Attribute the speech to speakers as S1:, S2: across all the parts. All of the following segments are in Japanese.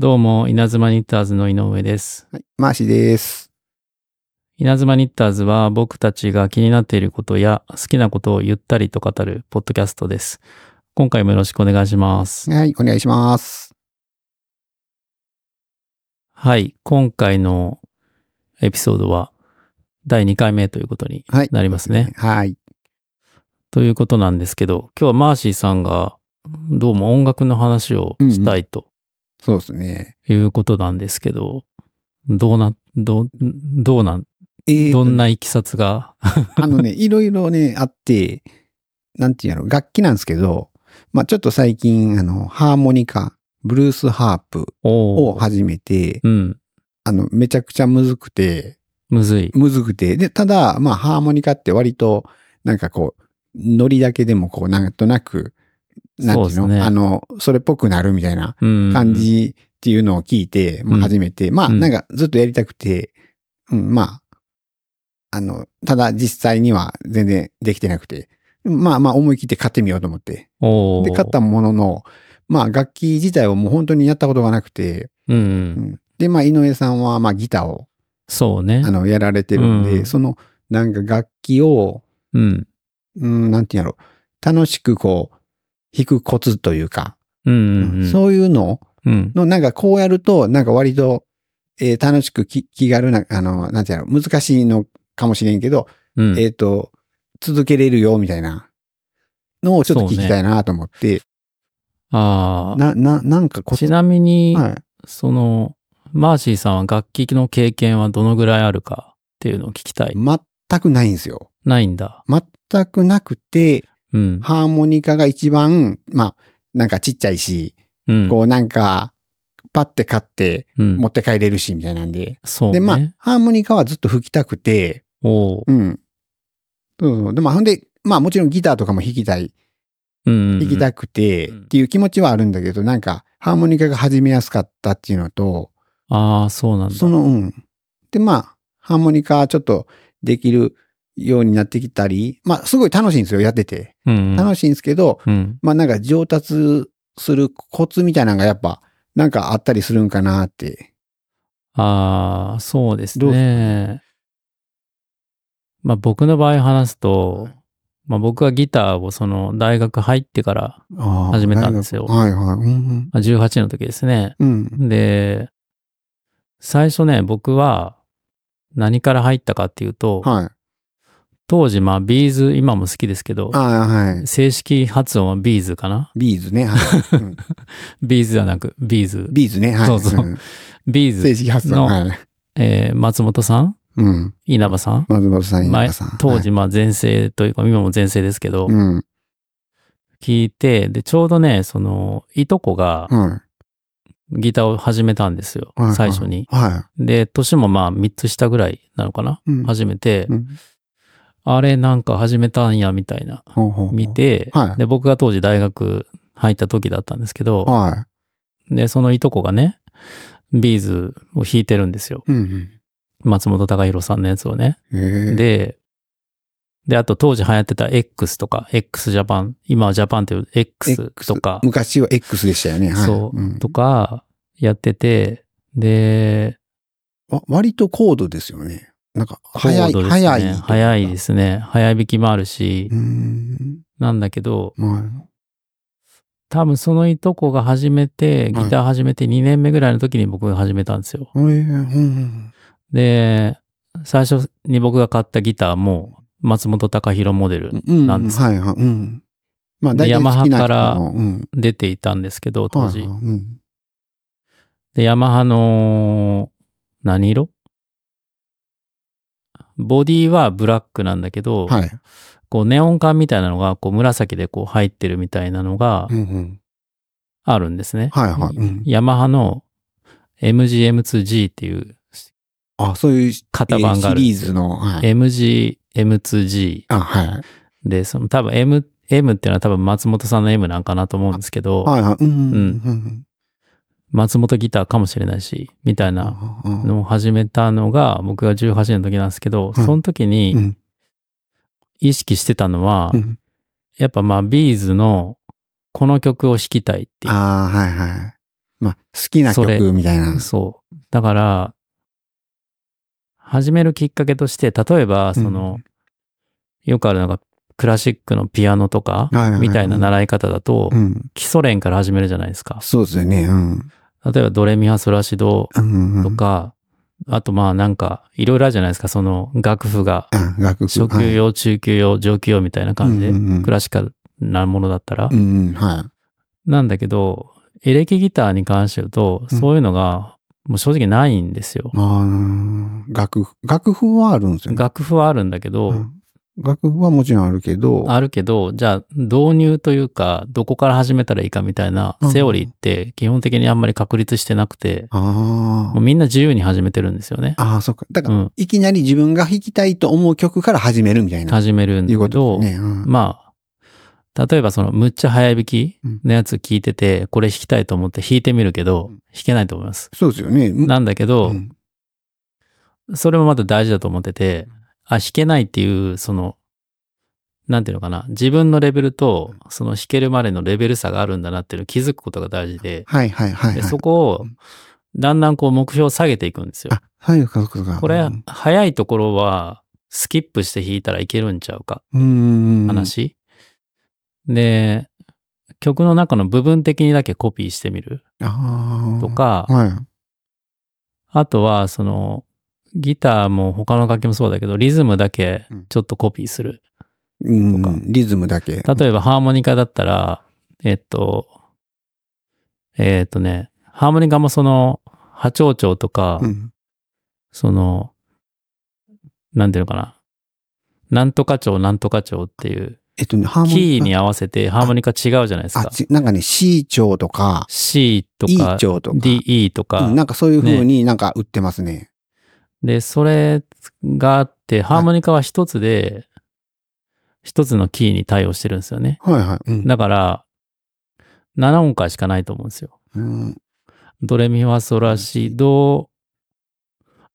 S1: うも、稲妻ニッターズの井上です。
S2: はい、マーシーです。
S1: 稲妻ニッターズは僕たちが気になっていることや好きなことをゆったりと語るポッドキャストです。今回もよろしくお願いします。
S2: はい、お願いします。
S1: はい、今回のエピソードは第2回目ということに
S2: はい。
S1: なりますね。
S2: はい。
S1: ということなんですけど、今日はマーシーさんがどうも音楽の話をしたいと
S2: そうですね。
S1: いうことなんですけど、どうな、どう、どうなん、
S2: えー
S1: どんな経緯が、
S2: あのね、いろいろね、あって、なんていうの、楽器なんですけど、まあちょっと最近、あの、ハーモニカ、ブルースハープ
S1: お
S2: を
S1: ー
S2: 始めて、
S1: うん、
S2: あの、めちゃくちゃむずくて、
S1: むずい。
S2: むずくて、で、ただ、まあハーモニカって割と、なんかこう、ノリだけでもこう、なんとなく、なんていう
S1: そう
S2: の
S1: ですね
S2: あの、それっぽくなるみたいな
S1: うん。
S2: 感じっていうのを聞いて、ま
S1: う
S2: あ
S1: ん
S2: 初めて、まあ
S1: うん
S2: なんかずっとやりたくて、うん、まあ、あの、ただ実際には全然できてなくて、まあまあ思い切って買ってみようと思って。
S1: おー
S2: で、買ったものの、まあ楽器自体をもう本当にやったことがなくて、
S1: う。
S2: うんんで、まあ井上さんはまあギターを、
S1: そうね
S2: あ。の、やられてるんで、
S1: うん
S2: そのなんか楽器を、
S1: うん。
S2: うん、なんていうんやろ、楽しくこう、弾くコツというか、
S1: うんうんうん。
S2: そういうのを
S1: うん。
S2: の、なんかこうやると、なんか割と、えー楽しくき気軽な、あの、なんていうの、難しいのかもしれんけど、
S1: うん。
S2: えっ、と、続けれるよ、みたいなのをちょっと聞きたいなと思って、
S1: ああ。
S2: な、な、なんかこ
S1: ちなみに、
S2: はい。
S1: その、マーシーさんは楽器の経験はどのぐらいあるかっていうのを聞きたい。
S2: 全くないんですよ。
S1: ないんだ。
S2: 全くなくて、
S1: うん。
S2: ハーモニカが一番、まあ、なんかちっちゃいし、
S1: うん。
S2: こうなんか、パッて買って
S1: うん
S2: 持って帰れるし、みたいなんで。
S1: そうね。
S2: で、まあ、ハーモニカはずっと吹きたくて、
S1: おう
S2: うん。そうそう。で、まあ、ほんで、まあ、もちろんギターとかも弾きたい、
S1: うんうん。
S2: 弾きたくて、
S1: うん
S2: っていう気持ちはあるんだけど、なんか、ハーモニカが始めやすかったっていうのと、
S1: ああ、そうなんだ。
S2: その、うん。で、まあ、ハーモニカちょっとできるようになってきたり、まあ、すごい楽しいんですよ、やってて。
S1: うん。
S2: 楽しいんですけど、
S1: うん。
S2: まあ、なんか上達するコツみたいなのがやっぱ、なんかあったりするんかなって。
S1: ああ、そうです
S2: どうっす
S1: ね。まあ僕の場合話すと、まあ僕はギターをその大学入ってから、
S2: あー
S1: 始めたんですよ
S2: はいはい。うん
S1: まあ18の時ですね。
S2: うん。うん。
S1: で、最初ね、僕は何から入ったかっていうと、
S2: はい。
S1: 当時まあビーズ、今も好きですけど、
S2: ああ、はい。
S1: 正式発音はビーズかな
S2: ビーズね。はいうん
S1: ビーズではなく、ビーズ。
S2: ビーズね。はい。
S1: そうそうんビーズ
S2: 正、式発
S1: の
S2: 想。はい。
S1: えー松本さん
S2: うん。
S1: 稲葉さん
S2: 松本さん、
S1: 前
S2: 田さん。
S1: 当時まあ前世というか、今も前世ですけど
S2: はい。、うん。
S1: 聞いて、で、ちょうどね、その、いとこが
S2: は
S1: ギターを始めたんですよ
S2: い。、
S1: 最初に。
S2: は。
S1: で、年もまあ3つ下ぐらいなのかない
S2: うん
S1: 始めて
S2: う、ん
S1: あれなんか始めたんやみたいな
S2: ほうほうほう
S1: 見。て、
S2: はい
S1: で、僕が当時大学入った時だったんですけど、
S2: は
S1: で、そのいとこがね、ビーズを弾いてるんですよ。
S2: い。うん
S1: 松本隆弘さんのやつをね。
S2: うん。へえ。
S1: で、で、あと当時流行ってた X とか、X ジャパン、今はジャパンっていう X とか、
S2: 昔は X でしたよね。はい。
S1: そう、
S2: ん
S1: とか、やってて、で、
S2: わ割と高度ですよね。なんか、
S1: コ
S2: 早
S1: ー
S2: い、
S1: ドですね。
S2: 早い。。
S1: 早いですすね。早弾きもあるし
S2: う、ん。
S1: なんだけど、
S2: は
S1: 多分そのいとこが始めて、
S2: はい
S1: ギター始めて2年目ぐらいの時に僕が始めたんですよ。
S2: い。へえうん。
S1: で、最初に僕が買ったギターも、松本隆弘モデル
S2: うん。
S1: なんです
S2: はいはい。うん。まあ、
S1: で
S2: 大体好きな人
S1: ヤマハから
S2: のうん。
S1: 出ていたんですけど、当時。
S2: はいはいうん。
S1: で、ヤマハの、何色ボディはブラックなんだけど、
S2: はい。
S1: こうネオン管みたいなのが、こう紫でこう入ってるみたいなのが
S2: うんうん。
S1: あるんですね。
S2: はいはい。うん
S1: ヤマハの MGM2G っていう
S2: あ、そういう
S1: 型番があるんで
S2: シリー
S1: すよ
S2: ズの。はい。
S1: MGM2G
S2: あ、はい。
S1: で、その多分 M、M っていうのは多分松本さんの M なんかなと思うんですけど、
S2: はいはい。う
S1: う
S2: ん。
S1: ん
S2: うん。
S1: 松本ギターかもしれないし、みたいな
S2: の、
S1: のを始めたのが僕が18の時なんですけど、
S2: うん
S1: その時
S2: う
S1: に
S2: ん
S1: 意識してたのは、
S2: うん
S1: やっぱまあビーズのこの曲を弾きたいっていう
S2: ああ、はいはい。まあ、好きな
S1: それ
S2: 曲みたいな。
S1: そう。だから、始めるきっかけとして、例えば、その、よくあるのが、クラシックのピアノとか
S2: はいはいは、い
S1: みたいな習い方だと、
S2: うん。
S1: 基礎練から始めるじゃないですか。
S2: そうですよね。うん。
S1: 例えば、ドレミファソラシド
S2: うんうん、
S1: とか、あと、まあ、なんか、いろいろあるじゃないですか、その、楽譜が、
S2: あ、楽曲。
S1: 初級
S2: はい
S1: 用、中級用、上級用みたいな感じで
S2: うん、うんうん
S1: クラシカルなものだったら
S2: う。んうん、はい。
S1: なんだけど、エレキギターに関して言うと、
S2: うん
S1: そういうのが、もう正直ないんですよ。
S2: ああ、楽譜、楽譜はあるんですよね。
S1: 楽譜はあるんだけど、
S2: うん楽譜はもちろんあるけど、
S1: あるけど、じゃあ導入というか、どこから始めたらいいかみたいな
S2: うん
S1: セオリーって基本的にあんまり確立してなくて、
S2: あ
S1: もうみんな自由に始めてるんですよね。
S2: あ、ああ、そっか。だ
S1: う
S2: から、
S1: ん。
S2: いきなり自分が弾きたいと思う曲から始めるみたいな。
S1: 始めるん
S2: い
S1: だ
S2: うこ
S1: け
S2: と
S1: ど、
S2: ですね。うん
S1: まあ、例えばそのむっちゃ早弾きのやつ聞いてて、これ弾きたいと思って弾いてみるけど
S2: うん、
S1: 弾けないと思います。
S2: そうですよね。うん
S1: なんだけど
S2: う、ん
S1: それもまた大事だと思ってて、あ、弾けないっていう、その、なんていうのかな、自分のレベルと、その弾けるまでのレベル差があるんだなっていうのを気づくことが大事で、
S2: はいはいはい、はい。
S1: でそこを
S2: うん、
S1: だんだんこう目標を下げていくんですよ。
S2: あ、はい、そうかそうか。
S1: これ、早いところは、スキップして弾いたらいけるんちゃうか、
S2: うん。
S1: 話。で、曲の中の部分的にだけコピーしてみる
S2: ああ。
S1: と。か、
S2: はい。
S1: あとは、その、ギターも他の楽器もそうだけど、リズムだけちょっとコピーする。
S2: うん
S1: とか
S2: リズムだけ。
S1: 例えばハーモニカだったら、えっと、えっとね、ハーモニカもその、波長長とか、
S2: うん。
S1: その、なんていうのかな。なんとか調、なんとか調っていう、
S2: えっとね、ハーモニカ。
S1: キーに合わせてハーモニカ違うじゃないです
S2: あ
S1: か。
S2: ち、なんかね、C 調とか、
S1: C と
S2: E
S1: か、
S2: 調とか。
S1: D、E と
S2: う
S1: か
S2: ん、。なんかそういう風になんか売ってますね。
S1: で、それがあって、ハーモニカは一つで、一つのキーに対応してるんですよね。
S2: はいはい。うん
S1: だから、7音階しかないと思うんですよ。
S2: うん。
S1: ドレミファソラシド、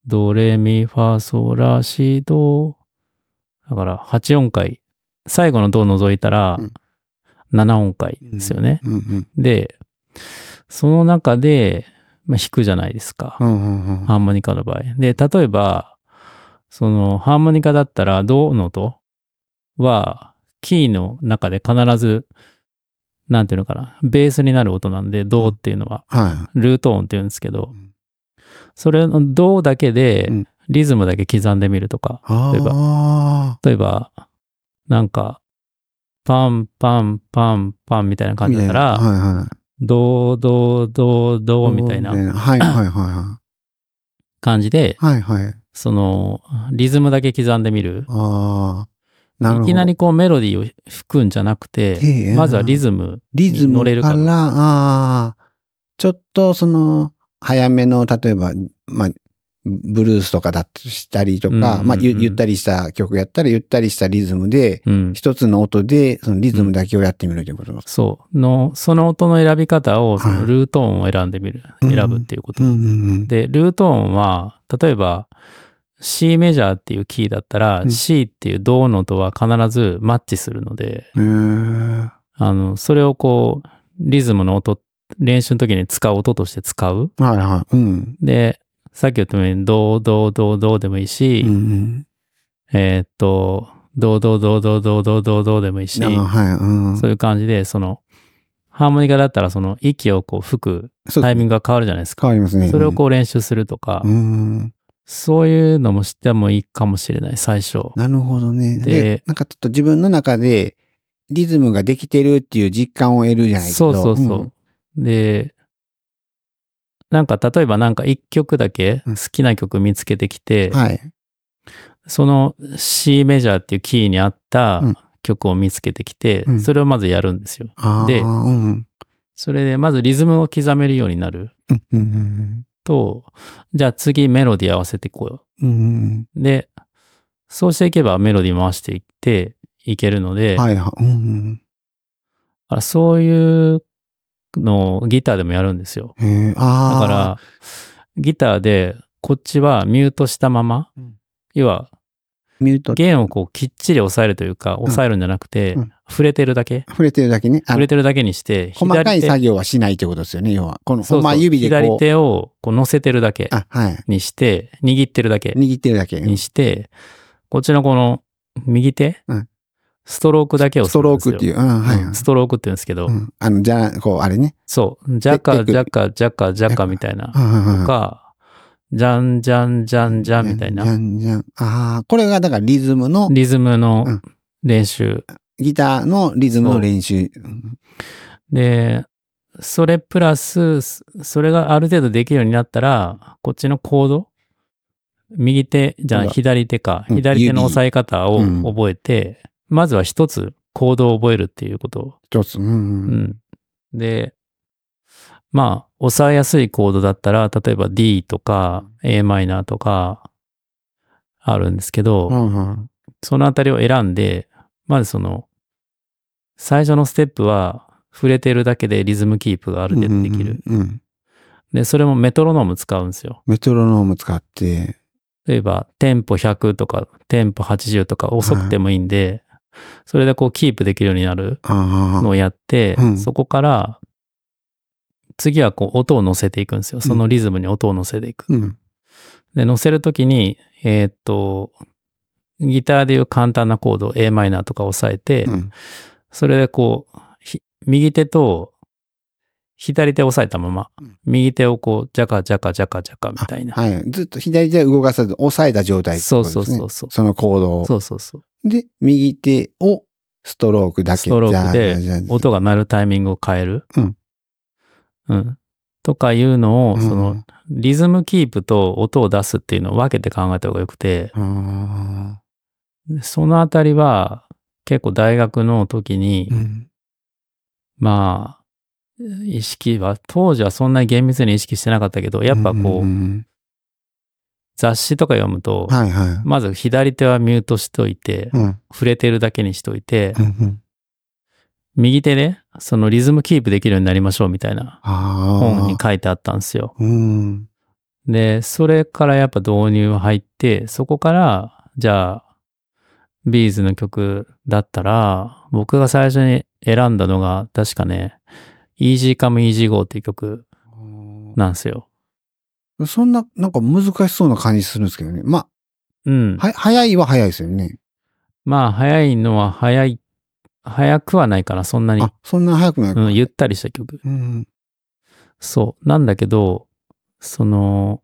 S1: ドレミファソラシド。だから8音階。最後のドを除いたら
S2: うん
S1: 7音階ですよね。
S2: うんうん。
S1: で、その中で、まあ、弾くじゃないですか。
S2: うんうんうん。
S1: ハーモニカの場合。で、例えば、そのハーモニカだったらドの音はキーの中で必ず、なんていうのかな、ベースになる音なんで、ドっていうのは。
S2: は
S1: ルート音って言うんですけど
S2: うん、
S1: それのドだけで
S2: うん
S1: リズムだけ刻んでみるとか、
S2: い。
S1: 例えば
S2: あ
S1: 例えば、なんか、パンパンパンパンみたいな
S2: あ。
S1: 感じだから、
S2: みたいなはいはい。
S1: ドードードードーみたいな
S2: はいはいは
S1: 感じで、
S2: いはい。はいはい。
S1: その、リズムだけ刻んでみる。
S2: ああ。なるほど。
S1: いきなりこうメロディーを吹くんじゃなくて、
S2: へえ、
S1: まずはリズム。
S2: リズム
S1: 乗れるから
S2: ああ。ちょっとその、早めの、例えば、まあ、ブルースとかだとしたりとか、
S1: うんうんうん
S2: まあゆ、ゆったりした曲やったら、ゆったりしたリズムで、
S1: うん。
S2: 一つの音で、そのリズムだけをやってみるということです。
S1: そう。の、その音の選び方を、そ
S2: はい
S1: のルート音を選んでみる。
S2: うん
S1: 選ぶっていうこと
S2: うんうんうん。
S1: で、ルート音は、例えば C メジャーっていうキーだったら、
S2: うん
S1: C っていうドの音は必ずマッチするので、
S2: へー
S1: あの、それをこう、リズムの音、練習の時に使う音として使う。
S2: はいはい。うん。
S1: で、さっき言ったように、ドードードードーでもいいし、
S2: うんうん
S1: えーっと、ドードードードードードードードーでもいいし、
S2: あーはい。うん。
S1: そういう感じで、その、ハーモニカだったらその息をこう吹く
S2: そう
S1: タイミングが変わるじゃないですか。
S2: 変わりますね。
S1: それをこう練習するとか、
S2: うん。うん。
S1: そういうのもしてもいいかもしれない、最初。
S2: なるほどね。で
S1: で
S2: なんかちょっと自分の中でリズムができてるっていう実感を得るじゃないけど。
S1: そうそうそう。で、なんか例えばなんか一曲だけ
S2: うん
S1: 好きな曲見つけてきて、
S2: んはい。
S1: その C メジャーっていうキーに合った
S2: うん
S1: 曲を見つけてきて、
S2: うん
S1: それをまずやるんですよ。
S2: あー
S1: で
S2: うん。
S1: それでまずリズムを刻めるようになる
S2: うんうん
S1: と、じゃあ次メロディー合わせてこよ
S2: うん。うん
S1: う。で、そうしていけばメロディー回していっていけるの
S2: う
S1: で、
S2: ん。はいはい。うんうん。
S1: あそういうのをギターでもやるんですよ。
S2: へーあ
S1: だ
S2: あ。
S1: から、ギターで、こっちはミュートしたまま、
S2: うん
S1: 要は、
S2: ミュート、
S1: 弦をこうきっちり押さえるというか、押さえるんじゃなくて、
S2: うん
S1: 触れてるだけ
S2: 触れてるだけね。あ
S1: 触
S2: の
S1: れてるだけにして、
S2: 細かい
S1: 手
S2: 作業はしないってことですよね、要は。この、
S1: そうそう
S2: ほ
S1: ん
S2: ま指でこ
S1: 左
S2: う。
S1: 手をこう乗せてるだけ
S2: あ、はい。
S1: にして、握ってるだけ
S2: 握ってるだけ。
S1: にして、こっちのこの右手、
S2: うん
S1: ストロークだけを。
S2: ストロークっていうう。うん、はいはい。
S1: ストロークって言うんですけど、
S2: うんあの、じゃあ、こう、あれね。
S1: そう、ジャカ、
S2: テク
S1: ジャカ、ジャカ、ジャカみたいな
S2: う、んうんうん
S1: か、ジャンジャンジャンジャンみたい
S2: じゃ
S1: な、
S2: んじゃん。ああ、これがだからリズムの、
S1: リズムの
S2: うん
S1: 練習。
S2: ギターのリズムの練習。
S1: で、それプラス、それがある程度できるようになったら、こっちのコード、右手、じゃ
S2: う
S1: あ
S2: わ
S1: 左手か、
S2: うん
S1: 左手の押さえ方を
S2: 指
S1: 覚えて、まずは一つコードを覚えるっていうことを
S2: 一つ。うん
S1: う
S2: うん。
S1: ん。で、まあ、押さえやすいコードだったら、例えば D とか Am とかあるんですけど、
S2: うんうん
S1: そのあたりを選んで、まずその、最初のステップは、触れてるだけでリズムキープがある程度できる。
S2: うんうんうん。
S1: で、それもメトロノーム使うんですよ。
S2: メトロノーム使って、
S1: 例えば、テンポ100とか、テンポ80とか遅くてもいいんで、それでこうキープできるようになる。
S2: あ
S1: の
S2: あ、
S1: をやって、
S2: うん
S1: そこから、次はこう音を乗せていくんですよ。そのリズムに音を乗せていく。
S2: うん。
S1: で、乗せるときに、えーっと、ギターでいう簡単なコード、a マイナーとか押さえて、
S2: うん
S1: それでこう、ひ右手と左手を押さえたまま
S2: うん、
S1: 右手をこう、ジャカジャカジャカジャカみたいな。
S2: はい。ずっと左手は動かさず、押さえた状態って
S1: そ
S2: こ
S1: う
S2: とで
S1: そ
S2: すね。
S1: うそうそう。
S2: その行動を。
S1: そうそうそう。
S2: で、右手をストロークだけ。
S1: ストロークで
S2: じゃあじゃあ
S1: 音が鳴るタイミングを変える。
S2: うん。
S1: うん。とかいうのを、
S2: うん
S1: その、リズムキープと音を出すっていうのを分けて考えた方がよくて、
S2: あ
S1: そのあたりは結構大学の時に、
S2: ーうん
S1: まあ、意識は、当時はそんなに厳密に意識してなかったけど、やっぱこう、
S2: んん
S1: 雑誌とか読むと、
S2: うんはいはい。
S1: まず左手はミュートしといて、
S2: うんうん
S1: 触れてるだけにしといて、
S2: うん
S1: 右手で、そのリズムキープできるようになりましょうみたいな
S2: あー
S1: 本に書いてあったんですよ。
S2: うん。
S1: で、それからやっぱ導入入って、そこから、じゃあ、ビーズの曲だったら、僕が最初に選んだのが、確かね、Easy Come Easy Go っていう曲なんですよ。
S2: そんな、なんか難しそうな感じするんですけどね。ま
S1: うん。
S2: あ、は、早いは早いですよね。
S1: まあ、早いのは早い、早くはないから、そんなに
S2: あ、、そんな早くない。
S1: うん、ゆったりした曲。
S2: うん。
S1: そう。なんだけど、その、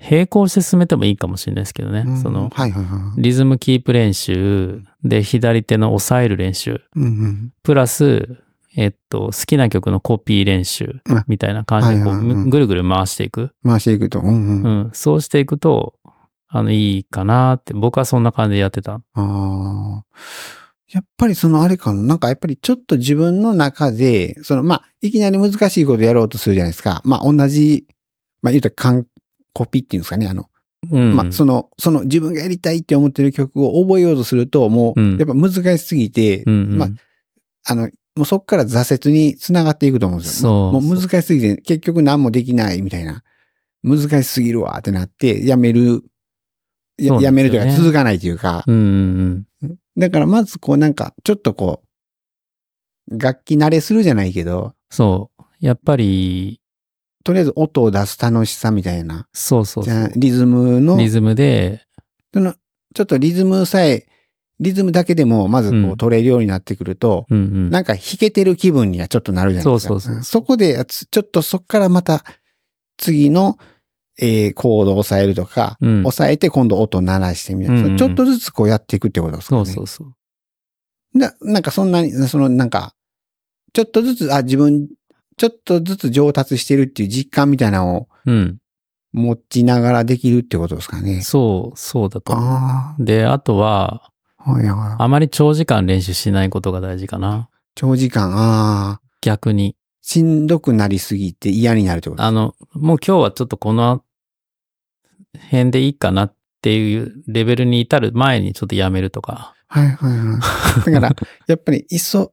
S1: 並行して進めてもいいかもしれないですけどね。
S2: うん
S1: その、
S2: はいはいはい。
S1: リズムキープ練習、で、左手の押さえる練習。
S2: うん
S1: プラス、えっと、好きな曲のコピー練習
S2: うん
S1: みたいな感じでこう、
S2: はいはいはいうん
S1: ぐぐるぐる回していく、
S2: うん。回していくと。うん
S1: う
S2: うん。
S1: ん。そうしていくと、あの、いいかなって、僕はそんな感じでやってた。
S2: ああ。やっぱりそのあれかな。なんかやっぱりちょっと自分の中で、そのまあ、いきなり難しいことやろうとするじゃないですか。まあ、同じ、まあ、言うたら完コピーっていうんですかね。あの、
S1: うん。
S2: まあ、その、その自分がやりたいって思ってる曲を覚えようとすると、もう
S1: うん、
S2: やっぱ難しすぎて、
S1: うんうん
S2: まああの、もうそこから挫折につながっていくと思うんです
S1: そ
S2: よ。
S1: う
S2: もうもう難しすぎて、結局何もできないみたいな。難しすぎるわってなって、やめる、や,、
S1: そうなんですよね
S2: やめるというか続かないというか。
S1: うんうん
S2: だからまずこうなんか、ちょっとこう、楽器慣れするじゃないけど、
S1: そう。やっぱり、
S2: とりあえず音を出す楽しさみたいな。
S1: そうそう
S2: じ
S1: そ
S2: ゃあ
S1: う。
S2: リズムの、
S1: リズムで、
S2: そのちょっとリズムさえ、リズムだけでもまずこ
S1: うん
S2: う取れるようになってくると、
S1: うんうん。
S2: なんか弾けてる気分にはちょっとなるじゃないですか。
S1: そうそうそうん
S2: こで、つちょっとそこからまた次の、えーコードを押さえるとか、
S1: うん
S2: 押さえて今度音を鳴らしてみたいな、
S1: うんうんうん
S2: ちょっとずつこうやっていくってことです
S1: そ
S2: かね。
S1: うそうそう。
S2: ななんかそんなに、そのなんか、ちょっとずつ、あ、自分、ちょっとずつ上達してるっていう実感みたいなのを
S1: うん。
S2: 持ちながらできるってことですかね。
S1: そう、そうだと思
S2: あ
S1: う。で、あとは、
S2: あ、はいはい。
S1: あまり長時間練習しないことが大事かな。
S2: 長時間、ああ、
S1: 逆に。
S2: しんどくなりすぎて嫌になるってこと
S1: あの、もう今日はちょっとこの辺でいいかなっていうレベルに至る前にちょっとやめるとか。
S2: はいはいはい。だから、やっぱり、いっそ、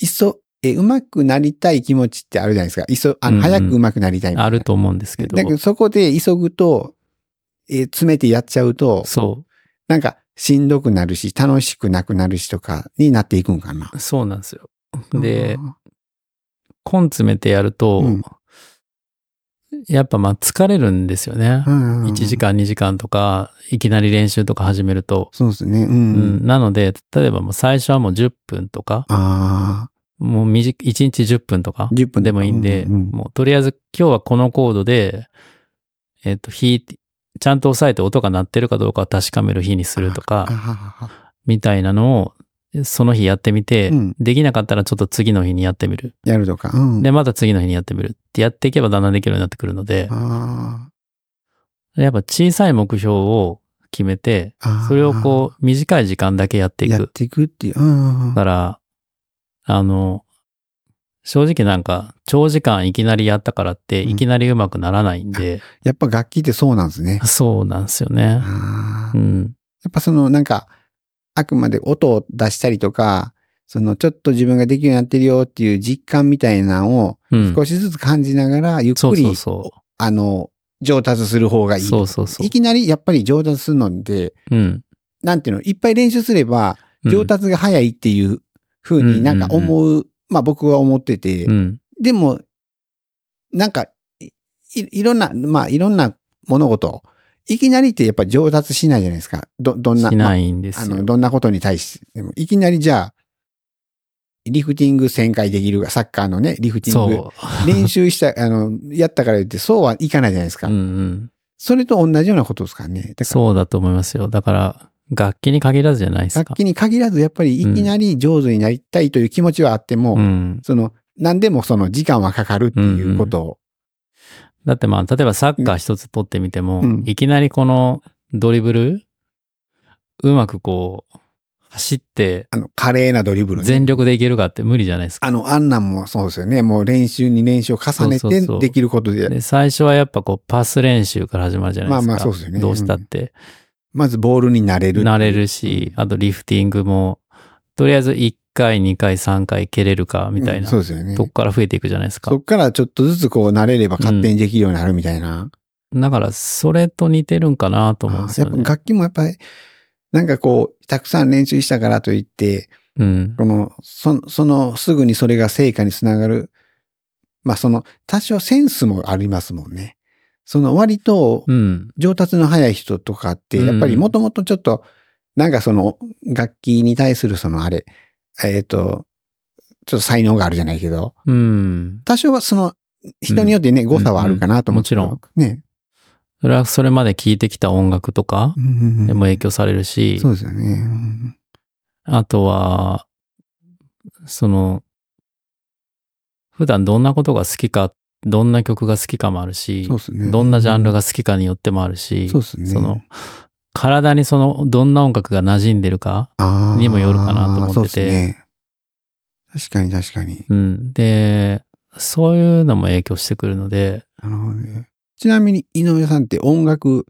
S2: いっそ、え、うまくなりたい気持ちってあるじゃないですか。いっそ、あ
S1: うんうん
S2: の、早くうまくなりたいみたいな
S1: あると思うんですけど
S2: だ。けど、そこで急ぐと、えー詰めてやっちゃうと、
S1: そ
S2: なんか、しんどくなるし、楽しくなくなるしとかになっていくんかな。
S1: そうなんですよ。で、
S2: うん
S1: 根詰めてやると、
S2: うん
S1: やっぱまあ疲れるんですよね。
S2: うん
S1: 1時間2時間とか、いきなり練習とか始めると。
S2: そうですね。う。
S1: うんん、なので、例えばもう最初はもう10分とか、
S2: あ
S1: もう短い1日10分とか
S2: あ、10分
S1: でもいいんで、
S2: うんうん
S1: もうとりあえず今日はこのコードで、えっ、と、弾いて、ちゃんと押さえて音が鳴ってるかどうかを確かめる日にすると
S2: あ
S1: か、
S2: ははは
S1: みたいなのを、その日やってみて、
S2: うん
S1: できなかったらちょっと次の日にやってみる。
S2: やるとか。うん。
S1: で、また次の日にやってみるってやっていけばだんだんできるようになってくるので、
S2: あ
S1: やっぱ小さい目標を決めて、
S2: ーあー。
S1: それをこう短い時間だけやってい
S2: やっ
S1: く。
S2: ていくっていう。うんうん
S1: だから、あの、正直なんか長時間いきなりやったからって
S2: うん
S1: いきなり上手くならないんで、
S2: やっぱ楽器ってそうなんですね。
S1: そうなんですよね。
S2: あー
S1: う
S2: や
S1: ん。
S2: っぱそのなんか、あくまで音を出したりとか、そのちょっと自分ができるようになってるよっていう実感みたいなのを
S1: うん。
S2: 少しずつ感じながら、ゆっ
S1: そ
S2: く
S1: うそ
S2: り
S1: う、そ
S2: あの、上達する方が
S1: う。
S2: いい。
S1: そうそうそう
S2: い。きなりやっぱり上達するので、
S1: うん。
S2: なんていうの、いっぱい練習すれば
S1: うん
S2: 上達が早いっていうふう
S1: う
S2: に
S1: ん
S2: なんか思う、まあ僕は思ってて、
S1: うん。
S2: でも、なんか、いいいろんな、まあいろんな物事、いきなりってやっぱ上達しないじゃないですか。ど、どんな、
S1: し
S2: まあ
S1: ないんで
S2: あ
S1: す
S2: の、
S1: よ。
S2: どんなことに対してでも。いきなりじゃあ、リフティング1000回できるが、サッカーのね、リフティ ング。
S1: そ
S2: 練習した、あの、やったから言って、そうはいかないじゃないです
S1: う。
S2: か。
S1: うんうん。
S2: それと同じようなことですからね。だから
S1: そうだと思いますよ。だから、楽器に限らずじゃないです
S2: 楽
S1: か。
S2: 器に限らず、やっぱりいきなり上手になりたいという気持ちはあっても、
S1: うん。
S2: その、何でもその時間はかかるっていうことを。
S1: だってまあ、例えばサッカー一つ取ってみても、
S2: うん
S1: いきなりこのドリブル、うまくこう、走って、
S2: あの、華麗なドリブルね。
S1: 全力でいけるかって無理じゃないですか。
S2: あの、あんなんもそうですよね。もう練習に練習を重ね
S1: そうそ
S2: て
S1: うそう
S2: できることで、
S1: で、最初はやっぱこう、パス練習から始まるじゃないですか。
S2: まあまあそうですよね
S1: どうしたって、
S2: まずボールになれる。
S1: 慣れるし、あとリフティングも、とりあえず1回、2回、3回蹴れるか、みたい
S2: うん
S1: な、
S2: そうですよね
S1: と。こから増えていくじゃないですか
S2: そ。っからちょっとずつこう慣れれば勝手にできるようになるみたいな。
S1: だから、それと似てるんかなと思うん
S2: あ
S1: です
S2: や
S1: よ
S2: っぱ
S1: ね。
S2: 楽器もやっぱり、なんかこう、たくさん練習したからといって、
S1: うん。
S2: この、そその、すぐにそれが成果につながる。まあその、多少センスもありますもんね。その割と
S1: うん。
S2: 上達の早い人とかって、やっぱりもともとちょっと、なんかその、楽器に対するそのあれ、えっ、と、ちょっと才能があるじゃないけど、
S1: うん。
S2: 多少はその、人によってね、誤差はあるかなと思うけど
S1: うんも
S2: ね。
S1: それは、それまで聴いてきた音楽とか、でも影響されるし、
S2: そうですよね。うん
S1: あとは、その、普段どんなことが好きか、どんな曲が好きかもあるし
S2: そう、ですね。
S1: どんなジャンル
S2: が、
S1: が好きかによってもあるし、
S2: そうですね。
S1: の、体にその、どんな音楽が馴染んでるか、
S2: あー
S1: にもよるかなと思ってて
S2: そうですね。確かに確かに。
S1: うん。で、そういうのも影響してくるので、
S2: なるほどね。ちなみに井上さんって音楽、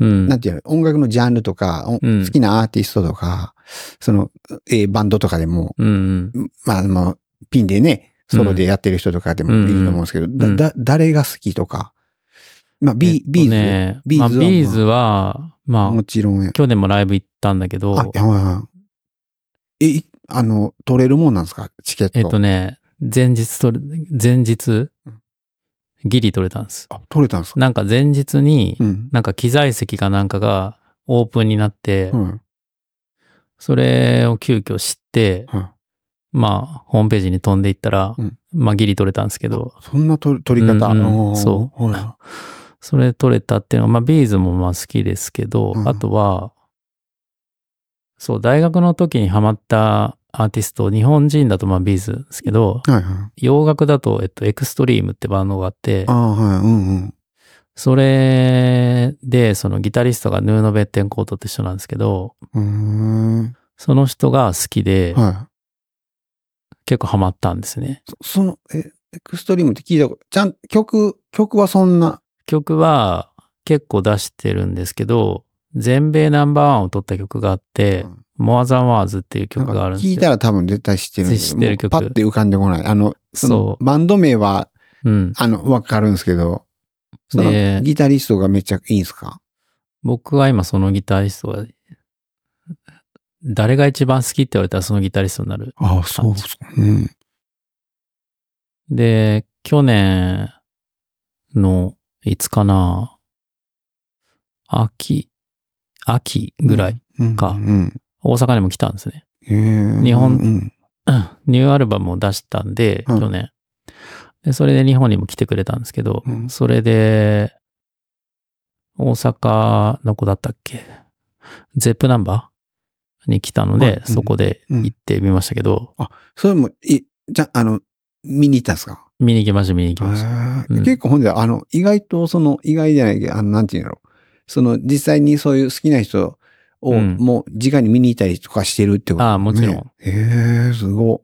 S1: うん
S2: な。んていうの、音楽のジャンルとか、お
S1: うん
S2: 好きなアーティストとか、その、えーバンドとかでも、
S1: うんうん。
S2: まあ、もうピンでね、ソロでやってる人とかでも
S1: う
S2: い
S1: ん
S2: いと思うんですけど、
S1: ん
S2: だ、だ、誰が好きとか。まあ、ビー、ビーズ、
S1: ね、
S2: ビーズ
S1: ま
S2: は
S1: あビーズは、まあ
S2: も、ちろんや。
S1: 去年もライブ行ったんだけど、
S2: あ、やばいやばい。え、いあの、取れるもんなんですかチケット。
S1: えっとね、前日取れ、前日
S2: うん、
S1: ギリ取れたんです。
S2: あ、取れたんですか
S1: なんか前日に、
S2: うん。
S1: なんか機材席かなんかがオープンになって、
S2: うん。
S1: それを急遽知って、
S2: はい
S1: まあ、ホームページに飛んでいったら、
S2: うん
S1: まあ、ギリ取れたんですけど、
S2: そんな取り取り方、
S1: うんうん
S2: おー
S1: そう
S2: ほら
S1: それ取れたっていうのは、まあ、ビーズもまあ好きですけど、
S2: うん
S1: あとは、そう、大学の時にハマったアーティスト、日本人だとまあビーズですけど、
S2: はいはい。
S1: 洋楽だと、えっと、エクストリームってバンドがあって
S2: あ、あ、はい、うんうん。
S1: それで、そのギタリストがヌーノ・ベッテンコートと一緒なんですけど、
S2: うーん。
S1: その人が好きで、
S2: は
S1: 結構ハマったんですね
S2: い。。そその、え、エクストリームって聞いたこと、ちゃん、曲、曲はそんな、
S1: 曲は結構出してるんですけど、全米ナンバーワンを取った曲があって、More Than Words っていう曲があるんです
S2: 聞
S1: よ。
S2: いたら多分絶対知ってるんで
S1: 知ってる曲
S2: もうパッて浮かんでこない。あの、その
S1: そう
S2: バンド名は、
S1: うん。
S2: あの、わかるんですけど、その
S1: で
S2: ギタリストがめっちゃいいんすか
S1: 僕は今そのギタリストが誰が一番好きって言われたらそのギタリストになる。
S2: ああ、そうそう。うん。
S1: で、去年の、いつかな秋、秋ぐらい、
S2: うん。
S1: か
S2: うん。
S1: 大阪にも来たんですね。
S2: へえ
S1: 日本
S2: うん。
S1: ニューアルバムを出したんで、
S2: うん
S1: 去年。で、それで日本にも来てくれたんですけど、
S2: うん
S1: それで、大阪の子だったっけゼップナンバーに来たので、
S2: うん
S1: そこで行ってみましたけど、
S2: それも、い、じゃ、あの、見に行ったんですか
S1: 見に行きました、見に行きました。
S2: へえ
S1: うん
S2: 結構ほんで、あの、意外とその、意外じゃないけど、あの、なんていうんだろう。その、実際にそういう好きな人を、
S1: うん
S2: もう、直に見に行ったりとかしてるってこと、ね、
S1: ああもちろん。
S2: へえ、すご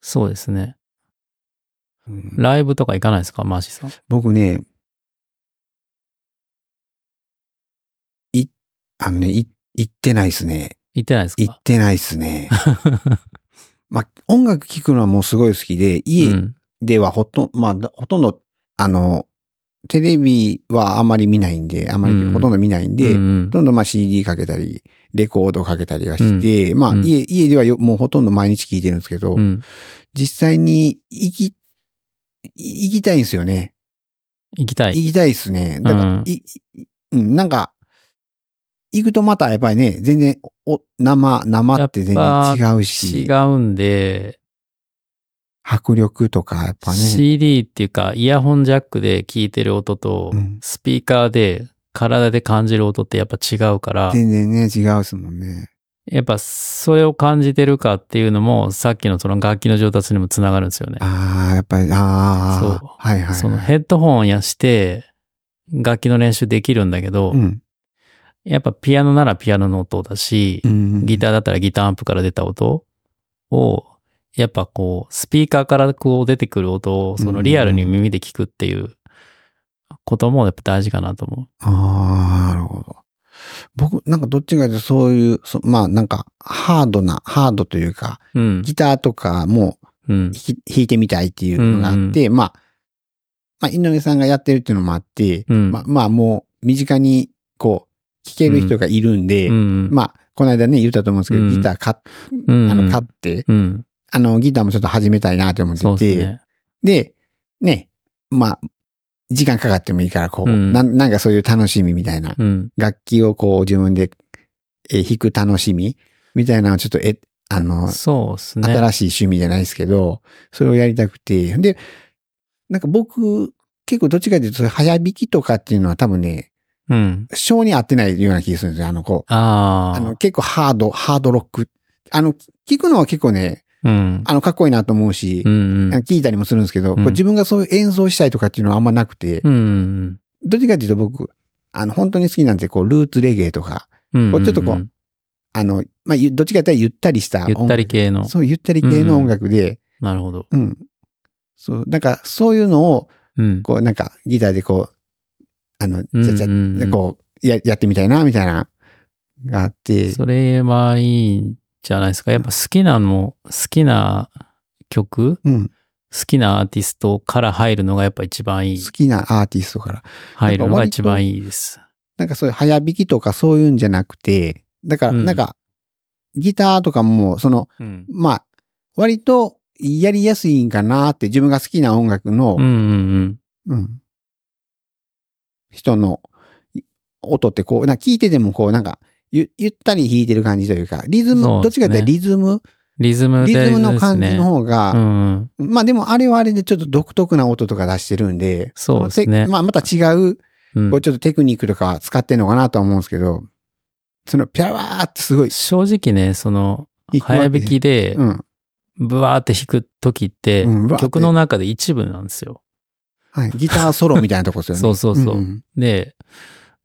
S1: そうですね。
S2: い。うん
S1: ライブとか行かないですか、マーシーさん。
S2: 僕ね、い、あのね、い、行ってないですね。
S1: 行ってないです
S2: 行っ
S1: か
S2: てないで すね。まあ、音楽聴くのはもうすごい好きで、
S1: う
S2: 家
S1: ん。
S2: ではほとんど、まあ、だほとんど、あの、テレビはあまり見ないんで、あまり、
S1: うん
S2: ほとんど見ないんで、
S1: うんうん
S2: ほとんどまあ CD かけたり、レコードかけたりはして、まあ、
S1: うん
S2: 家、家ではよもうほとんど毎日聴いてるんですけど、
S1: うん
S2: 実際に行き、行きたいんですよね。
S1: 行きたい。
S2: 行きたいですね。だから、
S1: うん
S2: い、いうん、なんか、行くとまたやっぱりね、全然、お、生、生って全然違う
S1: 違
S2: し、
S1: うんで、
S2: 迫力とかやっぱね、
S1: CD っていうか、イヤホンジャックで聞いてる音と、
S2: うん
S1: スピーカーで体で感じる音ってやっぱ違うから、
S2: 全然ね、違うっすもんね。
S1: やっぱそれを感じてるかっていうのも、さっきのその楽器の上達にもつながるんですよね。
S2: ああ、やっぱり、ああ、
S1: そう
S2: はいはい、はい。
S1: そのヘッドホンやして、楽器の練習できるんだけど、
S2: うん、
S1: やっぱピアノならピアノの音だし、
S2: うん。
S1: ギターだったらギターアンプから出た音を、やっぱこう、スピーカーからこう出てくる音を、そのリアルに耳で聞くっていうこともやっぱ大事かなと思
S2: ああ、なるほど。僕、なんかどっちかというとそういう、そまあなんか、ハードな、ハードというか、
S1: う。うん。
S2: ギターとかも、
S1: うん。
S2: ひ弾いてみたいっていうのがあって、まあ、まあ、井上さんがやってるっていうのもあって、
S1: うん。
S2: まあ、まあ、もう、身近に、こう、聞ける人がいるんで、
S1: うん、
S2: まあ、この間ね、言ったと思うんですけど、
S1: うん
S2: ギター買っ、
S1: うん
S2: あの、買って、
S1: うん。
S2: あの、ギターもちょっと始めたいなと思
S1: そう
S2: っ
S1: で
S2: て
S1: す
S2: て、
S1: ね。
S2: で、ね、まあ、時間かかってもいいから、こう、
S1: うん
S2: なん、なんかそういう楽しみみたいな、
S1: うん。
S2: 楽器をこう、自分で、えー弾く楽しみみたいなのをちょっと、え、あの、
S1: そうですね。
S2: 新しい趣味じゃないですけど、それをやりたくて。で、なんか僕、結構どっちかというと、そういう早弾きとかっていうのは多分ね、
S1: うん。
S2: 性に合ってないような気がするんですよ。あの子。
S1: ああ。
S2: あの、結構ハード、ハードロック。あの、聞くのは結構ね、
S1: うん。
S2: あの、かっこいいなと思うし
S1: う、ん。
S2: 聞いたりもするんですけど、こ
S1: うん
S2: う自分がそういう演奏したいとかっていうのはあんまなくて、
S1: うん。
S2: どっちかというと僕、あの、本当に好きなんで、こう、ルーツレゲエとか、
S1: うん。
S2: あの、まあ、ゆどっちかというとゆったりした音
S1: ゆ
S2: 楽。
S1: ったり系の。
S2: そう、ゆったり系の音楽で、
S1: なるほど。
S2: うん。そう、なんかそういうのを、
S1: うん。
S2: こうなんかギターでこう、あの、ち
S1: うん
S2: ゃちゃ
S1: うんうん
S2: でこうや、やってみたいな、みたいな、があって、
S1: それはいいんじゃないですか。やっぱ好きなの、好きな曲
S2: うん。
S1: 好きなアーティストから入るのがやっぱ一番いい
S2: 好。きなアーティストから。
S1: 入るのが一番いいです。
S2: なんかそういう早弾きとかそういうんじゃなくて、だから
S1: うん
S2: なんか、ギターとかも、その、
S1: うん。
S2: まあ、割とやりやすいんかなって、自分が好きな音楽の、
S1: うんうん
S2: うん。人のい音ってこう、なんか聞いててもこう、なんかゆ、ゆったり弾いてる感じというか、リズム、
S1: そう
S2: ど
S1: で
S2: っ
S1: す
S2: ち
S1: ね
S2: かというとリズム、
S1: リズム
S2: リ
S1: で
S2: ズム
S1: ですね。
S2: の感じの方
S1: う
S2: が、
S1: んうん。
S2: まあでもあれはあれでちょっと独特な音とか出してるんで、
S1: そうですね
S2: まあまた違う、
S1: うん
S2: こうちょっとテクニックとか使ってんのかなとは思うんですけど、そのピャワーってすごい、
S1: 正直ね、その、早弾きで
S2: う、ん。
S1: ブワーって弾く時って
S2: うんブワーっ、て
S1: 曲の中で一部なんですよ。
S2: はい。ギターソロみたいなとこですよね。
S1: そうそうそうん
S2: ん
S1: で、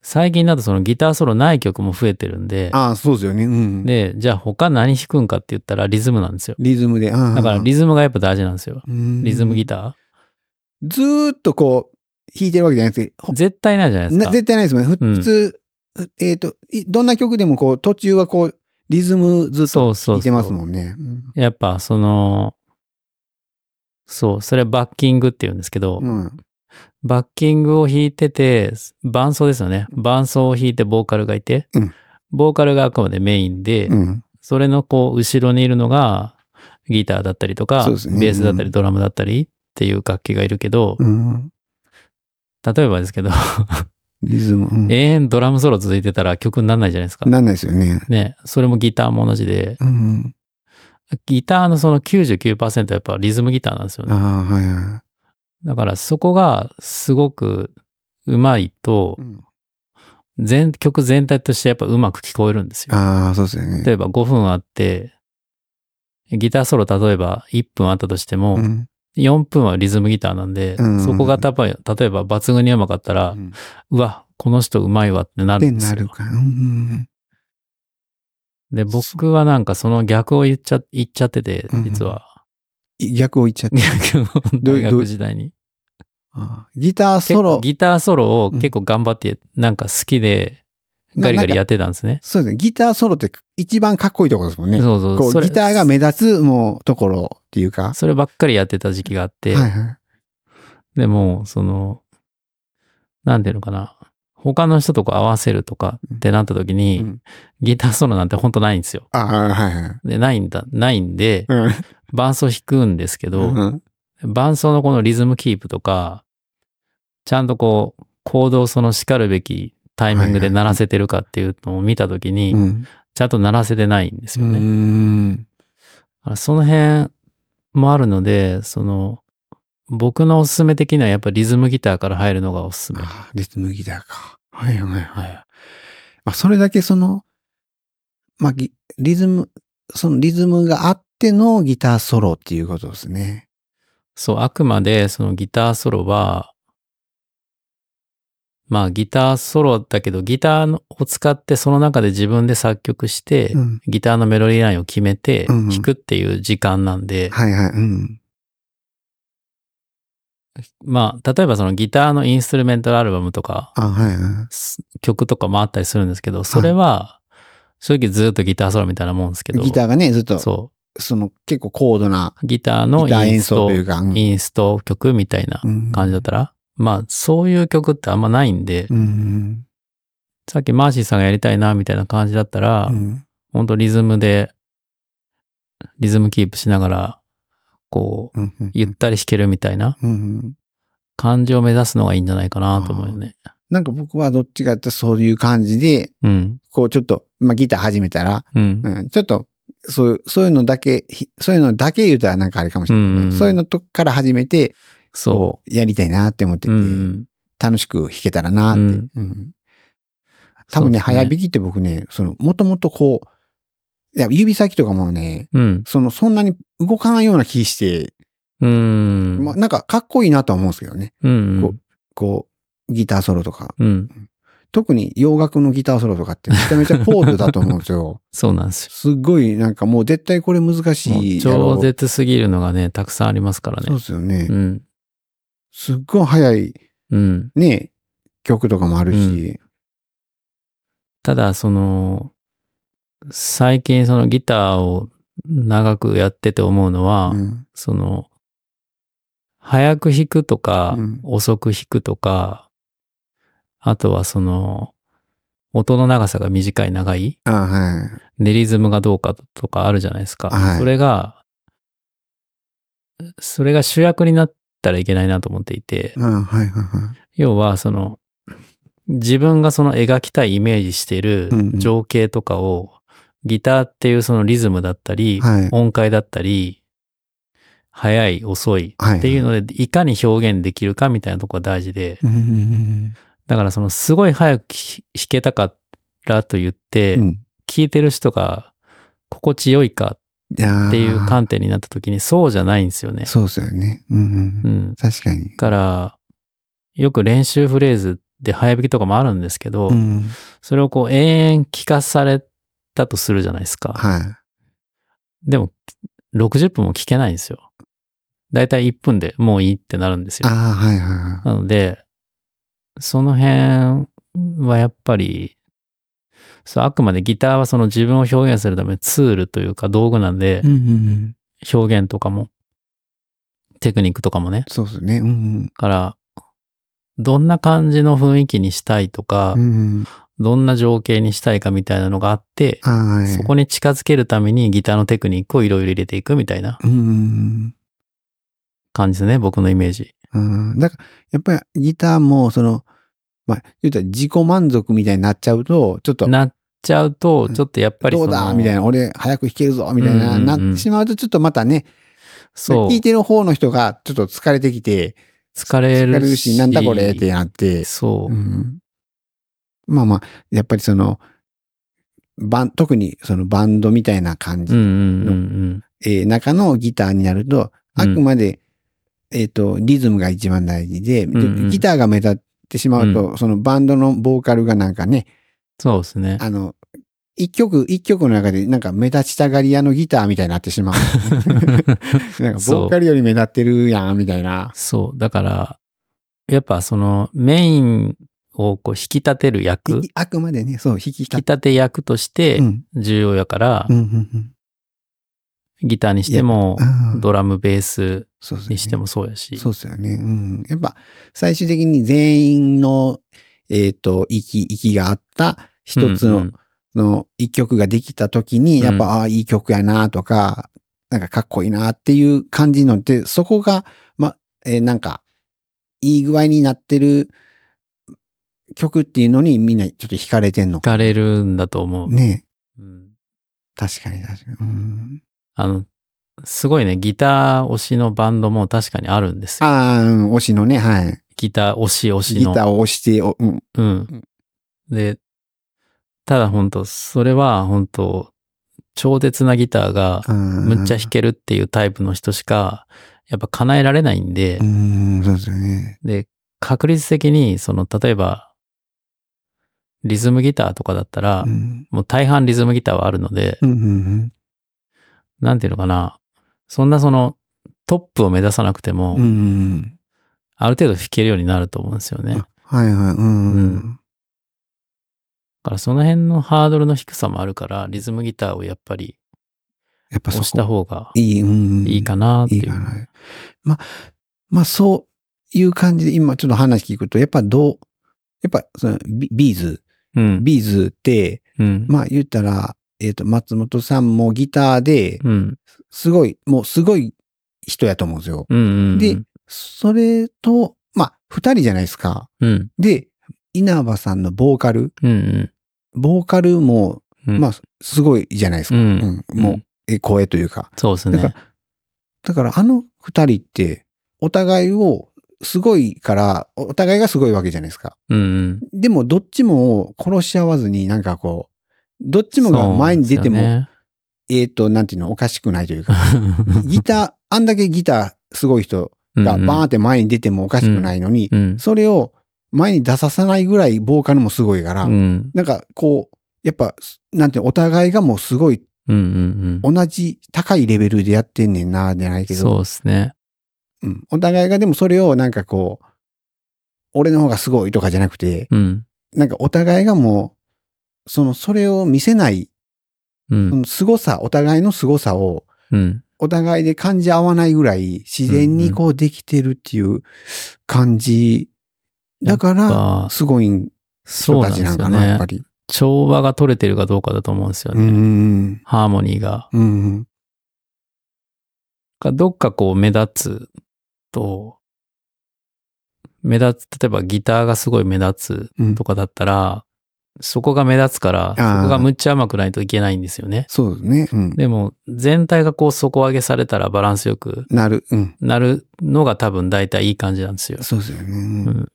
S1: 最近だとそのギターソロない曲も増えてるんで、
S2: ああ、そうですよね。うん。
S1: で、じゃあ他何弾くんかって言ったらリズムなんですよ。
S2: リズムで。だ
S1: だからリズムがやっぱ大事なんですよ。リズムギ
S2: ター
S1: タ
S2: ずーっとこう、弾いてるわけじゃなくて、
S1: ー絶対ないじゃないです
S2: な
S1: か。
S2: 絶対ないですもんね。ふ
S1: うん
S2: 普通、ふえっ、と、いどんな曲でもこう、途中はこう、リズムずっと
S1: そうそうそう
S2: 弾いてますもんね。
S1: やっぱその、そう、それはバッキングって言うんですけど、
S2: うん。
S1: バッキングを弾いてて、伴奏ですよね。伴奏を弾いてボーカルがいて、
S2: うん
S1: ボーカルがあくまでメインで、
S2: うん。
S1: それのこう、後ろにいるのが、ギターだったりとか、
S2: そうですね
S1: ベースだった
S2: うん
S1: り、ドラムだったりっていう楽器がいるけど、
S2: うん。
S1: 例えばですけど、
S2: リズム。うん、
S1: 永遠ドラムソロ続いてたら曲にならないじゃないですか。
S2: なんないですよね。
S1: ね、それもギターも同じで、
S2: うん。
S1: ギターのその99%はやっぱリズムギターなんですよ
S2: あ
S1: ね。
S2: あ、はいは
S1: だからそこがすごく上手いと
S2: い。う、ん
S1: 全曲全体としてやっぱ上手く聞こえるんですよ。
S2: ああ、そうですよね。
S1: 例えば5分あって、ギターソロ例えば1分あったとしても
S2: う、ん。
S1: 4分はリズムギターなんで、
S2: うん
S1: そこがたば例えば抜群に上手かったら、
S2: うん
S1: うわ、この人上手いわってな
S2: っ
S1: る
S2: て
S1: んです
S2: なる
S1: よ。
S2: か。うん。
S1: で、僕はなんかその逆を言っちゃ言っちゃってて
S2: う、ん
S1: 実は。
S2: 逆を言 っちゃって。
S1: 逆の
S2: どう
S1: 大
S2: いうどうい
S1: 学
S2: う
S1: 時代に。
S2: あーギター
S1: 結
S2: ソ
S1: 構
S2: ロ。
S1: ギターソロを結構頑張って、なんか好きで、ガリガリやってたんですね。
S2: そうですね。ギターソロって一番かっこいいところですもんね。
S1: そうそう。
S2: こ、
S1: そうれ
S2: ギターが目立つ、もう、ところっていうか。は
S1: そればっかりやってた時期があっ
S2: い
S1: て、
S2: は
S1: でも、その、なんていうのかな。他の人とこう合わせるとかってなった時
S2: い。
S1: に、
S2: うん
S1: ギターソロなんて本当ないんですよ。
S2: ああ、はいはい。
S1: で、ないんだ、ないんで、
S2: うん
S1: 伴奏弾くんですけど、
S2: うん
S1: 伴奏のこのリズムキープとか、ちゃんとこう、コードをその叱るべきタイミングで鳴らせてるかっていうのを見たときに、
S2: うん。
S1: ちゃんと鳴らせてないんですよ
S2: う
S1: ね。
S2: ん。
S1: あその辺もあるので、その、僕のおすすめ的にはやっぱリズムギターから入るのがおすすめ。
S2: ああ、リズムギターか。はいはいは。
S1: はいい。
S2: まあ、それだけその、まあ、ギリズム、そのリズムがあってのギターソロっていうことですね。
S1: そう、あくまでそのギターソロは、まあギターソロだけど、ギターのを使ってその中で自分で作曲して、
S2: うん。
S1: ギターのメロディーラインを決めて
S2: うんうん
S1: 弾くっていう時間なんで、
S2: はいはい。うん。
S1: まあ、例えばそのギターのインストゥルメンタルアルバムとか、
S2: あはいはい。
S1: す曲とかもあったりするんですけど、それは、正直ずっとギターソロみたいなもんですけど、
S2: ギターがね、ずっと、そ
S1: そ
S2: の結構高度な
S1: う、ギターの
S2: ギター
S1: イン
S2: 演
S1: スト
S2: 奏と、いうか、うん
S1: インスト曲みたいな
S2: うん
S1: 感じだったら、まあ、そういう曲ってあんまないんで、
S2: うん。
S1: さっきマーシーさんがやりたいな、みたいな感じだったら、
S2: うん
S1: ほんとリズムで、リズムキープしながら、こう、
S2: うんうん
S1: ゆったり弾けるみたいな
S2: うんうん
S1: 感じを目指すのがいいんじゃないかなと思うよね。
S2: なんか僕はどっちかってそういう感じで、
S1: うん。
S2: こうちょっと、まあギター始めたら、
S1: うん。
S2: うん、ちょっと、そういう、そういうのだけ、ひそういうのだけ言うたらなんかあれかもしれないけど、
S1: うんうん
S2: そういうのとこから始めて、
S1: そ
S2: こうやりたいなって思って
S1: う。
S2: て、
S1: うん。
S2: 楽しく弾けたらなって。
S1: うん
S2: うん多分ね、
S1: そうですね
S2: 早弾きって僕ね、その、もともとこう、いや指先とかもね、
S1: うん。
S2: その、そんなに動かないような気して、
S1: うん。
S2: まあ、なんかかっこいいなとは思うんですけどね。
S1: うん。
S2: ここう、ギターソロとか。
S1: うん。
S2: 特に洋楽のギターソロとかってめちゃめちゃ高度だと思うんですよ。
S1: そうなんですよ。
S2: すっごい、なんかもう絶対これ難
S1: もう
S2: しいや
S1: 超
S2: ろう。
S1: 絶すぎるのがね、たくさんありますから
S2: そう
S1: ね。
S2: ですよね。
S1: うん。
S2: すっごい早い、
S1: うん。
S2: ね、曲とかもあるし。
S1: ただ、その、最近そのギターを長くやってて思うのは、
S2: うん
S1: その、早く弾くとか、
S2: うん
S1: 遅く弾くとか、あとはその、音の長さが短い長い
S2: あはい。
S1: で、リズムがどうかとかあるじゃないですか。
S2: はい
S1: それが、それが主役になったらいけないなと思っていて、
S2: あはいはいは
S1: 要はその、自分がその描きたいイメージしている
S2: うんうん
S1: 情景とかを、ギターっていうそのリズムだったり、
S2: い。はい。
S1: 音階だったり、速い、遅い
S2: はい
S1: っていうので、いかに表現できるかみたいなとこが大事で、
S2: うんうん
S1: だからそのすごい早くひ弾けたからと言って
S2: うんう、ん
S1: 聴いてる人が心地よいか
S2: やー
S1: っていう観点になった時にそうじゃないんですよね。
S2: そうですよね。うんう。
S1: うんん。
S2: 確かに
S1: だ。から、よく練習フレーズで早弾きとかもあるんですけど、
S2: うん。
S1: それをこう永遠聞かされたとするじゃないですか。
S2: は
S1: でも、60分も聞けないんですよ。だいたい1分でもういいってなるんです
S2: い。あ
S1: よ。
S2: あ、はいはいは
S1: なので、その辺はやっぱり、そうあくまでギターはその自分を表現するためのツールというか道具なんで
S2: い。、んうん。
S1: 表現とかも、テクニックとかもね。
S2: そうですね。うん
S1: から、どんな感じの雰囲気にしたいとか、
S2: うん。うん
S1: どんな情景にしたいかみたいなのがあって、
S2: はい。
S1: そこに近づけるためにギターのテクニックをいろいろ入れていくみたいな
S2: うーん。
S1: 感じですね、僕のイメージ。
S2: うん。だから、やっぱりギターも、その、まあ、言うたら自己満足みたいになっちゃうと、ちょっと、
S1: なっちゃうと、ちょっとやっぱり
S2: ど
S1: そうの
S2: だみたいな、俺早く弾けるぞみたいな、
S1: うんうんうん
S2: なってしまうと、ちょっとまたね、
S1: そう
S2: 聞いてる方の人がちょっと疲れてきて、
S1: 疲れ
S2: 疲
S1: る
S2: れる
S1: し。
S2: し、なんだこれってなって、
S1: そうう。
S2: んまあまあ、やっぱりその、バン、特にそのバンドみたいな感じ、
S1: うんうんうん
S2: えー中のギターになると、あくまで、えっ、と、リズムが一番大事で、で
S1: うんうん
S2: ギターが目立ってしまうと、そのバンドのボーカルがなんかね、
S1: そうですね。
S2: あの、一曲、一曲の中でなんか目立ちたがり屋のギターみたいになってしま う。なんかボーカルより目立ってるやん、みたいな。
S1: そう。だから、やっぱそのメインをこう引き立てる役、
S2: い
S1: 引
S2: あくまでね、そう、弾き
S1: き
S2: 立て。
S1: 立て役として
S2: うん。
S1: 重要やから、
S2: うん、うん、
S1: ギターにしても
S2: う、ん。
S1: ドラム、ベース
S2: そうそう、
S1: にしてもそうやし。
S2: そうですよね。うん。やっぱ、最終的に全員の、えっ、と、息、息があった一つの、
S1: うんうん
S2: の一曲ができた時に、やっぱ、
S1: うん
S2: ああ、いい曲やなとか、なんかかっこいいなっていう感じのって、そこが、ま、えーなんか、いい具合になってる曲っていうのにみんなちょっと惹かれてんの
S1: 惹。かれるんだと思う。
S2: ねえ
S1: うん
S2: 確かに確かに。うん、
S1: あの、すごいね、ギター推しのバンドも確かにあるんですよ。
S2: ああ、うん推しのね、はい。
S1: ギター推し推し
S2: ギ
S1: の。
S2: ターを押して、おうん、
S1: うん。で、ただ本当それは本当超絶なギターがむっちゃ弾けるっていうタイプの人しか、やっぱ叶えられないんで
S2: う、ん、そうですよね。
S1: で、確率的に、その、例えば、リズムギターとかだったら
S2: う、ん
S1: もう大半リズムギターはあるので、
S2: うんうんうん
S1: なんていうのかな、そんなその、トップを目指さなくても、
S2: うんうん
S1: ある程度弾けるようになると思うんですよね。
S2: うん。
S1: だ
S2: はいはい。うん。うん、
S1: からその辺のハードルの低さもあるから、リズムギターをやっぱり
S2: やっぱそ
S1: 押した方
S2: こ
S1: が
S2: いい、うんうん。
S1: いいかなって
S2: い
S1: い。
S2: いうかな。まあ、まあそういう感じで今ちょっと話聞くと、やっぱどう、やっぱそのビビーズ、
S1: うん。
S2: ビーズって、
S1: うん。
S2: まあ言ったら、えっ、と、松本さんもギターで、
S1: うん。
S2: すごい、もうすごい人やと思うんですよ。
S1: うん。うん。
S2: で、それと、まあ、二人じゃないですか。
S1: うん。
S2: で、稲葉さんのボーカル、
S1: うん。うん。
S2: ボーカルも、
S1: うん
S2: まあ、すごいじゃないです
S1: う
S2: か。
S1: ん。
S2: うん、もう、え声というか。
S1: そうです
S2: だか
S1: ね。
S2: ら、だからあの二人って、お互いを、すごいから、おお互いがすごいわけじゃないですか。
S1: うん。うん。
S2: でも、どっちも殺し合わずに、なんかこう、どっちもが前に出ても、
S1: そうなん
S2: えっ、と、なんていうの、おかしくないとい うか、
S1: ですよ ね
S2: ギター、あんだけギターすごい人がバーンって前に出てもおかしくないのに、
S1: うん。
S2: それを前に出ささないぐらいボーカルもすごいから、
S1: うん。
S2: なんかこう、やっぱ、なんていうのお互いがもうすごい
S1: うんうんうん。
S2: 同じ高いレベルでやってんねんな、じゃないけ
S1: そう
S2: ど、
S1: ですね。
S2: うん、お互いがでもそれをなんかこう、俺の方がすごいとかじゃなくて、
S1: うん。
S2: なんかお互いがもう、その、それを見せない、
S1: う
S2: そ
S1: ん。
S2: の凄さ、お互いの凄さを、
S1: うん。
S2: お互いで感じ合わないぐらい自然にこうできてるっていう感じ。だか
S1: やっ
S2: ら、
S1: ぱ
S2: すごい
S1: そ
S2: 人
S1: う
S2: た
S1: なん
S2: ち
S1: で
S2: な
S1: す
S2: んか
S1: よ
S2: な、やっ
S1: ね
S2: ぱ。り。
S1: 調和が取れてるかどうかだと思うんですよ
S2: う
S1: ね。
S2: ん。
S1: ハーモニーが。
S2: うん。
S1: がどっかこう目立つと、目立つ、例えばギターがすごい目立
S2: うん
S1: つとかだったら、そこが目立つから、
S2: ー
S1: そこがむっちゃ甘くないといけないんですよね。
S2: そうですね。うん。
S1: でも、全体がこう底上げされたらバランスよく
S2: なる。うん。
S1: なるのが多分大体いい感じなんですよ。
S2: そうですよね。うん
S1: うん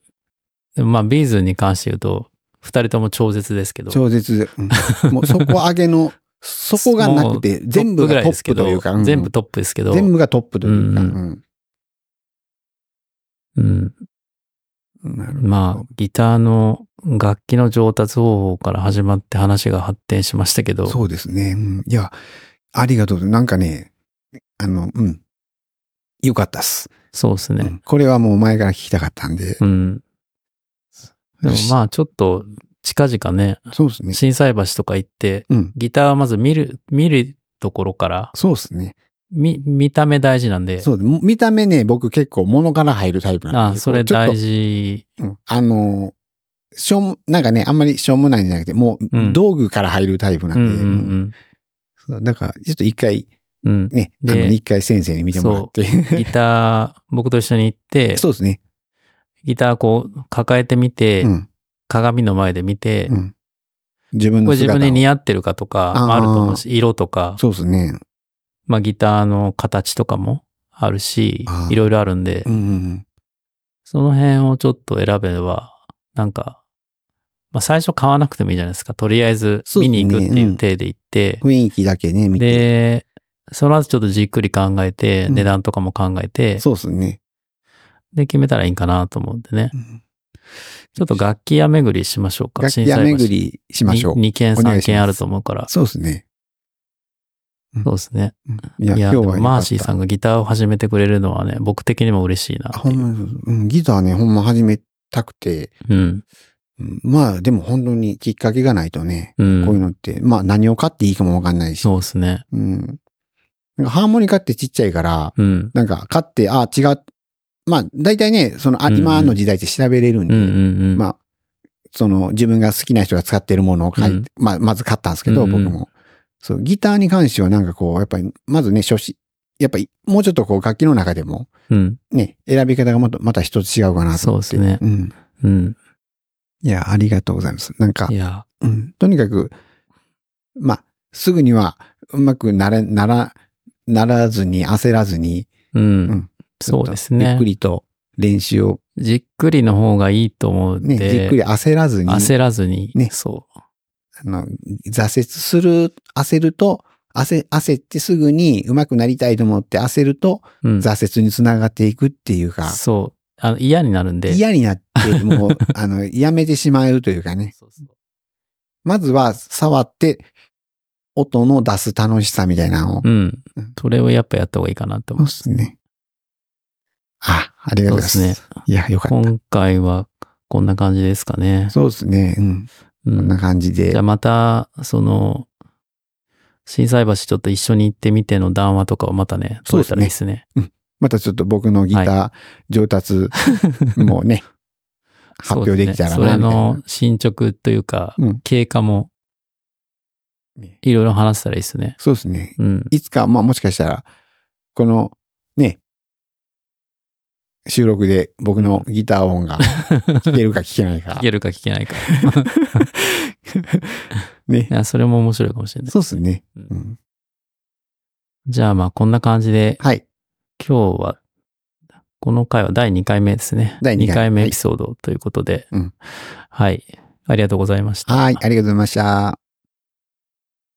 S1: でもまあ、ビーズに関して言うと、二人とも超絶ですけど、
S2: 超絶で、うんもう底 上げの、そこがなくて、全
S1: トップ
S2: 部
S1: ぐら
S2: が
S1: い
S2: ト
S1: です
S2: ップ
S1: け
S2: と
S1: ど、
S2: いうか、うん
S1: 全部トップですけど、
S2: 全部がトップというか、
S1: う
S2: うんん
S1: うん、
S2: なるほど
S1: まあ、ギターの楽器の上達方法から始まって話が発展しましたけど、
S2: そうですね、うんいや、ありがとう。なんかね、あの、うん。よかったっす、
S1: そうです
S2: う
S1: ね。
S2: んこれはもう前から聞きたかったんで。
S1: うん。でも
S2: あ、
S1: まあ、ちょっと、近々ね、
S2: そうですね。
S1: 心斎橋とか行って、
S2: うん。
S1: ギターはまず見る、見るところから、
S2: そうですね。
S1: 見、見た目大事なんで、
S2: そうで見た目ね、僕結構物から入るタイプなん
S1: あ、
S2: で。
S1: それ
S2: こうちょっと
S1: 大事。
S2: うんあの、しょうも、なんかね、あんまりしょうもないんじゃなくて、も
S1: う
S2: う、
S1: ん
S2: 道具から入るタイプな
S1: うん
S2: で、
S1: ん
S2: そうだから、ちょっと一回、
S1: うんうん。
S2: ね、あ
S1: で
S2: の、一回先生に見てもらって。
S1: ギター、僕と一緒に行って、
S2: そうですね。
S1: ギターこう抱えてみて、
S2: うん。
S1: 鏡の前で見て、
S2: うん。自分
S1: こ
S2: の
S1: れ自
S2: 姿を
S1: 分に似合ってるかとか、
S2: あー
S1: あると思うし、色とか、
S2: そうですね。
S1: まあギターの形とかもあるし
S2: あ、ー
S1: いろいろあるんで
S2: う、んうんうん。
S1: その辺をちょっと選べば、なんか、まあ最初買わなくてもいいじゃないですか。とりあえず
S2: そうで
S1: 見
S2: すね
S1: に行くっていう体で行って、
S2: 雰囲気だけね、見て。
S1: で、その後ちょっとじっくり考えて、
S2: うん
S1: 値段とかも考えて、
S2: そうですね。
S1: で、決めたらいいんかなと思うんでね
S2: う。ん
S1: ちょっと楽器屋巡りしましょうか。
S2: 楽器
S1: 震
S2: 屋
S1: 災橋
S2: 巡りしましょう。
S1: に2件
S2: お願
S1: 3
S2: いします
S1: 件あると思うから。
S2: そうですね。
S1: そうですね。
S2: い
S1: いや、でもマーシー
S2: 良かった
S1: さんがギターを始めてくれるのはね、僕的にも嬉しいな
S2: あ。ほんまにそうそう、うん、ギターね、ほんま始めたくて、
S1: うん。
S2: うんまあでも本当にきっかけがないとね、
S1: う。
S2: こういうんのって、まあ何を買っていいかもわかんないし、
S1: そうですね。
S2: うん。なんかハーモニカってちっちゃいから、
S1: うん。
S2: なんか買って、ああ、違う。まあ大体ね、その、あ
S1: うんうん
S2: 今の時代って調べれるん
S1: う
S2: で、
S1: んうんうん。
S2: まあ、その自分が好きな人が使ってるものを買い、
S1: うん
S2: まあまず買ったんですけど、
S1: うんうん
S2: 僕も。そう、ギターに関してはなんかこう、やっぱり、まずね、初心、やっぱりもうちょっとこう楽器の中でも、
S1: うん。
S2: ね、選び方がまた、また一つ違うかなと思って。
S1: そうですね
S2: うん。
S1: うん。
S2: いや、ありがとうございます。なんか
S1: い、や、
S2: うん、とにかく、まあ、すぐにはうまくなれ、なら、ならずに、焦らずに、
S1: う
S2: うん
S1: ん。そうです
S2: ゆっ
S1: ね
S2: く。りと練習を、
S1: じっくりの方がいいと思うん
S2: ね、じっくり
S1: で、
S2: 焦らずに、
S1: 焦らずに
S2: ね、
S1: そ
S2: あの、挫折する、焦ると、焦、焦ってすぐにうまくなりたいと思って焦ると、
S1: う。うん。
S2: 挫折につながっていくっていうか、
S1: そう。あの嫌になるんで。
S2: 嫌になって、もう、あの、やめてしまうというかね。
S1: そうそう
S2: まずは触って、音の出す楽しさみたいなのを。
S1: うん
S2: うん。
S1: それをやっぱやった方がいいかなって
S2: そ
S1: 思
S2: う
S1: う
S2: で。すね。あ、ありがとうございます。
S1: そうです
S2: いや、よかっ
S1: 今回はこんな感じですかね
S2: た。。そうですね。うん。
S1: う
S2: こん
S1: ん
S2: な感じで。
S1: じゃあまた、その、震災橋ちょっと一緒に行ってみての談話とかをまたね、
S2: そう
S1: 取
S2: で
S1: れ
S2: すね
S1: たらいいですね。
S2: またちょっと僕のギター上 達もね、発表できたら
S1: そうですねそれ
S2: な、みたいな
S1: の。進捗というか、
S2: うん
S1: 経過も
S2: ね
S1: いろいろ話せたらいいですね。
S2: そうですね。
S1: うん。
S2: いつか、まあもしかしたら、この、ね、収録で僕のギター音 が聞けるか聞けないか
S1: 聞。けるか聞けないか。 い
S2: ね。
S1: や、それも面白いかもしれない。
S2: そうですね。
S1: うん
S2: うん
S1: じゃあまあこんな感じで、
S2: はい。
S1: 今日は、この回は第2回目ですね。
S2: 第二回
S1: 二目
S2: はい
S1: エピソードということで、
S2: うん
S1: はい。ありがとうございました。
S2: はい。ありがとうございました。